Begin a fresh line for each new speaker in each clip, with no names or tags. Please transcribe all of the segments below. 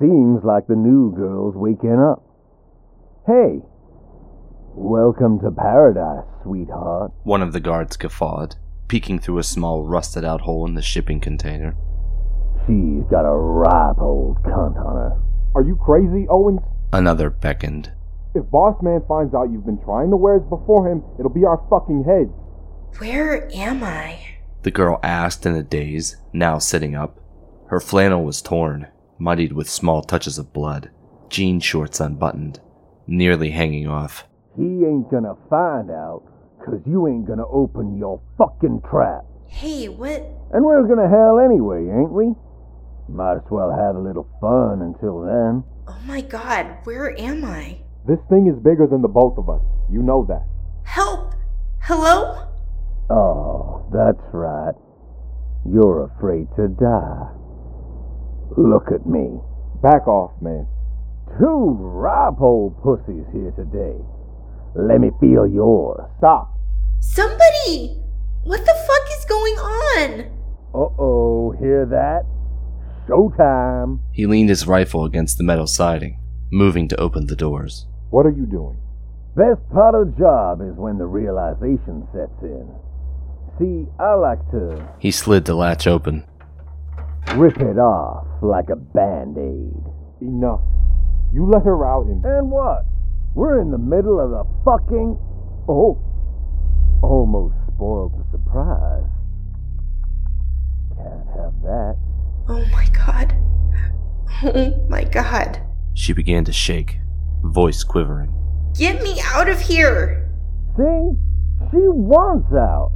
Seems like the new girl's waking up. Hey! Welcome to paradise, sweetheart.
One of the guards guffawed, peeking through a small rusted out hole in the shipping container.
She's got a ripe old cunt on her.
Are you crazy, Owens?
Another beckoned.
If Boss Man finds out you've been trying to wear us before him, it'll be our fucking heads.
Where am I?
The girl asked in a daze, now sitting up. Her flannel was torn, muddied with small touches of blood, jean shorts unbuttoned, nearly hanging off.
He ain't gonna find out, 'cause you ain't gonna open your fucking trap.
Hey, what?
And we're gonna hell anyway, ain't we? Might as well have a little fun until then.
Oh my god, where am I?
This thing is bigger than the both of us. You know that.
Help! Hello?
Oh, that's right. You're afraid to die. Look at me.
Back off, man.
Two ripe old pussies here today. Let me feel yours.
Stop.
Somebody! What the fuck is going on?
Uh oh, hear that? Showtime.
He leaned his rifle against the metal siding, moving to open the doors.
What are you doing?
Best part of the job is when the realization sets in. See, I like to
He slid the latch open.
rip it off like a band aid.
Enough. You let her out and.
And what? We're in the middle of a fucking. Oh. Almost spoiled the surprise. Can't have that.
Oh my god. Oh my god.
She began to shake, voice quivering.
Get me out of here!
See? She wants out.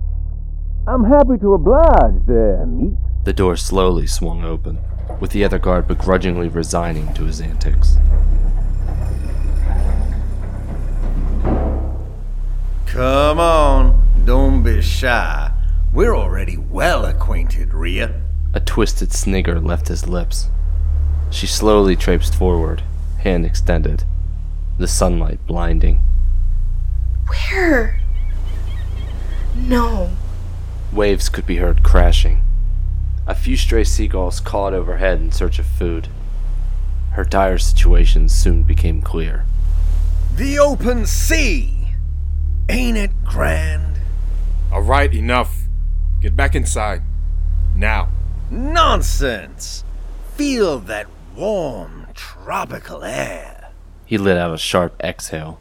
I'm happy to oblige there, meat.
The door slowly swung open, with the other guard begrudgingly resigning to his antics.
Come on, don't be shy. We're already well acquainted, Rhea.
A twisted snigger left his lips. She slowly traipsed forward, hand extended, the sunlight blinding.
Where? No.
Waves could be heard crashing. A few stray seagulls cawed overhead in search of food. Her dire situation soon became clear.
The open sea! Ain't it grand?
Alright, enough. Get back inside. Now.
Nonsense! Feel that warm, tropical air.
He let out a sharp exhale.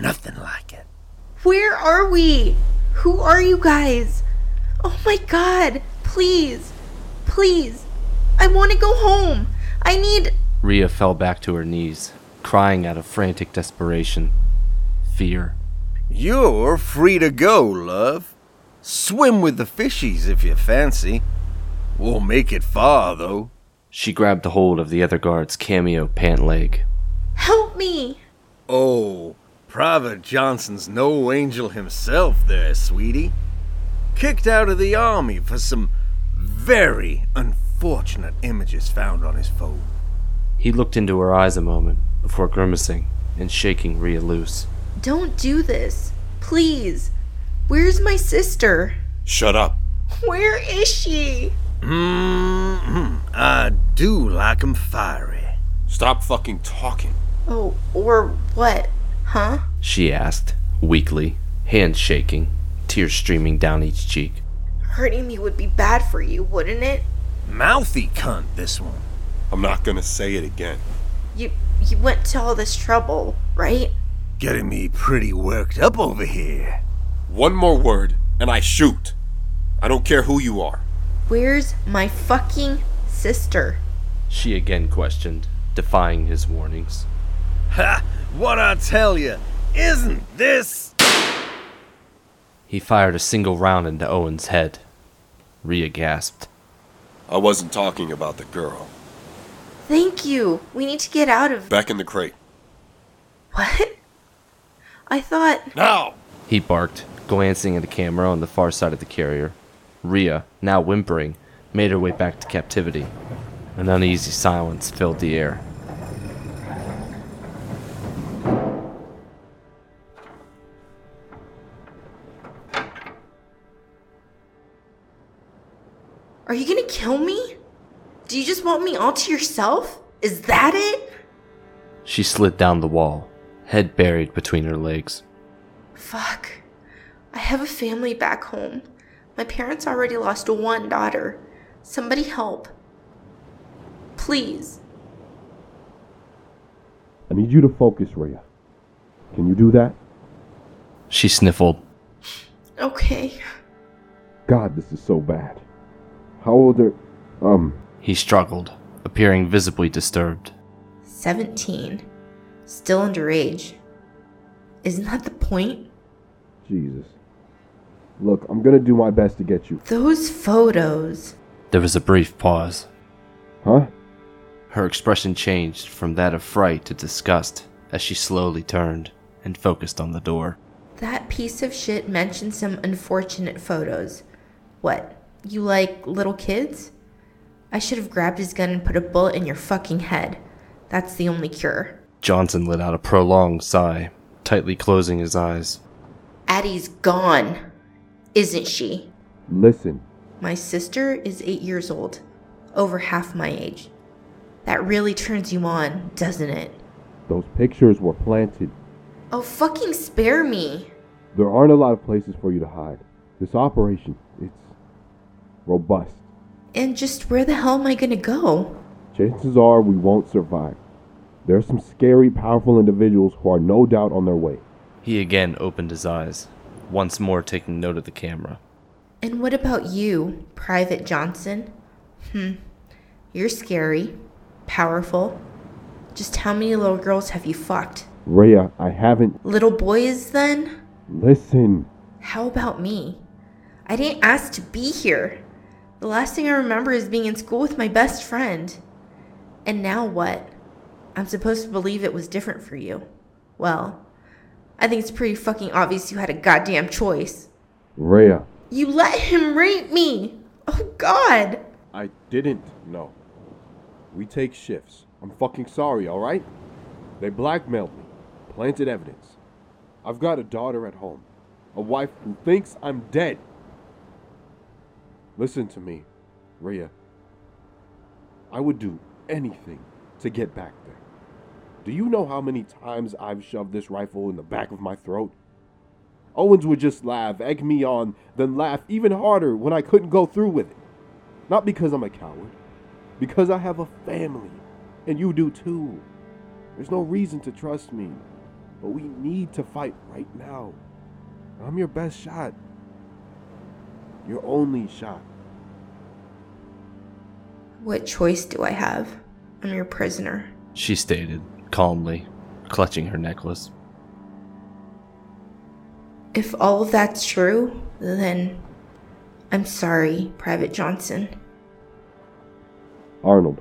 Nothing like it.
Where are we? Who are you guys? Oh my god, please. Please. I want to go home. I need.
Rhea fell back to her knees, crying out of frantic desperation. Fear.
You're free to go, love. Swim with the fishies if you fancy. We'll make it far, though.
She grabbed a hold of the other guard's cameo pant leg.
Help me!
Oh, Private Johnson's no angel himself there, sweetie. Kicked out of the army for some very unfortunate images found on his phone.
He looked into her eyes a moment before grimacing and shaking Rhea loose.
Don't do this. Please. Where's my sister?
Shut up.
Where is she?
hmm I do like 'em fiery.
Stop fucking talking.
Oh, or what? Huh?
She asked, weakly, hands shaking, tears streaming down each cheek.
Hurting me would be bad for you, wouldn't it?
Mouthy cunt, this one.
I'm not gonna say it again.
You you went to all this trouble, right?
Getting me pretty worked up over here.
One more word, and I shoot. I don't care who you are.
Where's my fucking sister?
She again questioned, defying his warnings.
Ha! What I tell you, isn't this?
He fired a single round into Owen's head. Rhea gasped.
I wasn't talking about the girl.
Thank you. We need to get out of
Back in the crate.
what? I thought
Now!
He barked, glancing at a camera on the far side of the carrier. Rhea, now whimpering, made her way back to captivity. An uneasy silence filled the air.
Are you gonna kill me? Do you just want me all to yourself? Is that it?
She slid down the wall, head buried between her legs.
Fuck. I have a family back home. My parents already lost one daughter. Somebody help. Please.
I need you to focus, Rhea. Can you do that?
She sniffled.
Okay.
God, this is so bad. How old are. Um,
He struggled, appearing visibly disturbed.
17. Still underage. Isn't that the point?
Jesus. Look, I'm gonna do my best to get you.
Those photos.
There was a brief pause.
Huh?
Her expression changed from that of fright to disgust as she slowly turned and focused on the door.
That piece of shit mentioned some unfortunate photos. What? You like little kids? I should have grabbed his gun and put a bullet in your fucking head. That's the only cure.
Johnson let out a prolonged sigh, tightly closing his eyes.
Addie's gone, isn't she?
Listen,
My sister is eight years old, over half my age. That really turns you on, doesn't it?
those pictures were planted.
Oh, fucking spare me.
There aren't a lot of places for you to hide. This operation, it's robust.
And just where the hell am I gonna go?
Chances are we won't survive. There are some scary, powerful individuals who are no doubt on their way.
He again opened his eyes, once more taking note of the camera.
And what about you, Private Johnson? Hmm. You're scary, powerful. Just how many little girls have you fucked?
Rhea, I haven't.
Little boys, then?
Listen.
How about me? I didn't ask to be here. The last thing I remember is being in school with my best friend. And now what? I'm supposed to believe it was different for you. Well, I think it's pretty fucking obvious you had a goddamn choice.
Rhea.
You let him rape me! Oh god!
I didn't know. We take shifts. I'm fucking sorry, alright? They blackmailed me, planted evidence. I've got a daughter at home, a wife who thinks I'm dead. Listen to me, Rhea. I would do anything to get back there. Do you know how many times I've shoved this rifle in the back of my throat? Owens would just laugh, egg me on, then laugh even harder when I couldn't go through with it. Not because I'm a coward, because I have a family, and you do too. There's no reason to trust me, but we need to fight right now. I'm your best shot, your only shot.
What choice do I have? I'm your prisoner.
She stated, calmly, clutching her necklace.
If all of that's true, then I'm sorry, Private Johnson.
Arnold,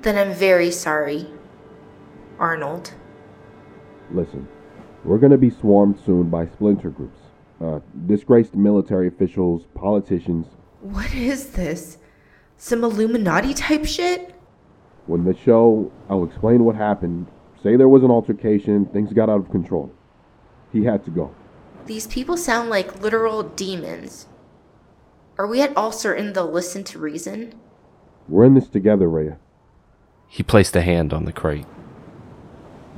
Then I'm very sorry, Arnold.
listen. We're gonna be swarmed soon by splinter groups, uh, disgraced military officials, politicians.
What is this? Some Illuminati type shit?
When the show, I'll explain what happened. Say there was an altercation, things got out of control. He had to go.
These people sound like literal demons. Are we at all certain they'll listen to reason?
We're in this together, Rhea.
He placed a hand on the crate.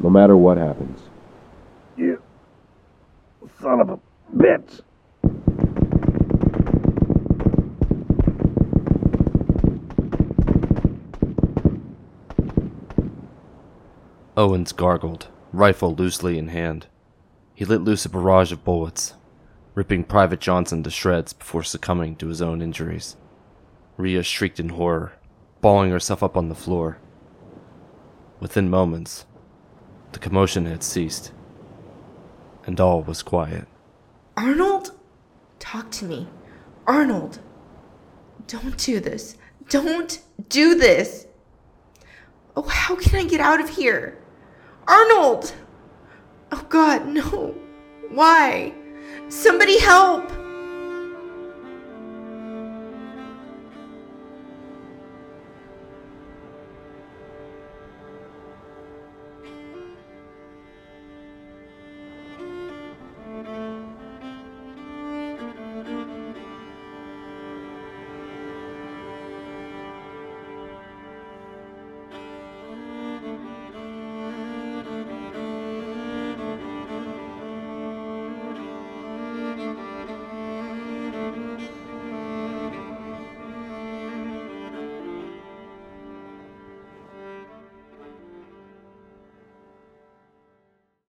no matter what happens.
You son of a bitch.
Owens gargled, rifle loosely in hand. He let loose a barrage of bullets, ripping Private Johnson to shreds before succumbing to his own injuries. Rhea shrieked in horror, balling herself up on the floor. Within moments, the commotion had ceased, and all was quiet.
Arnold? Talk to me. Arnold! Don't do this. Don't do this! Oh, how can I get out of here? Arnold! Oh, God, no. Why? Somebody help!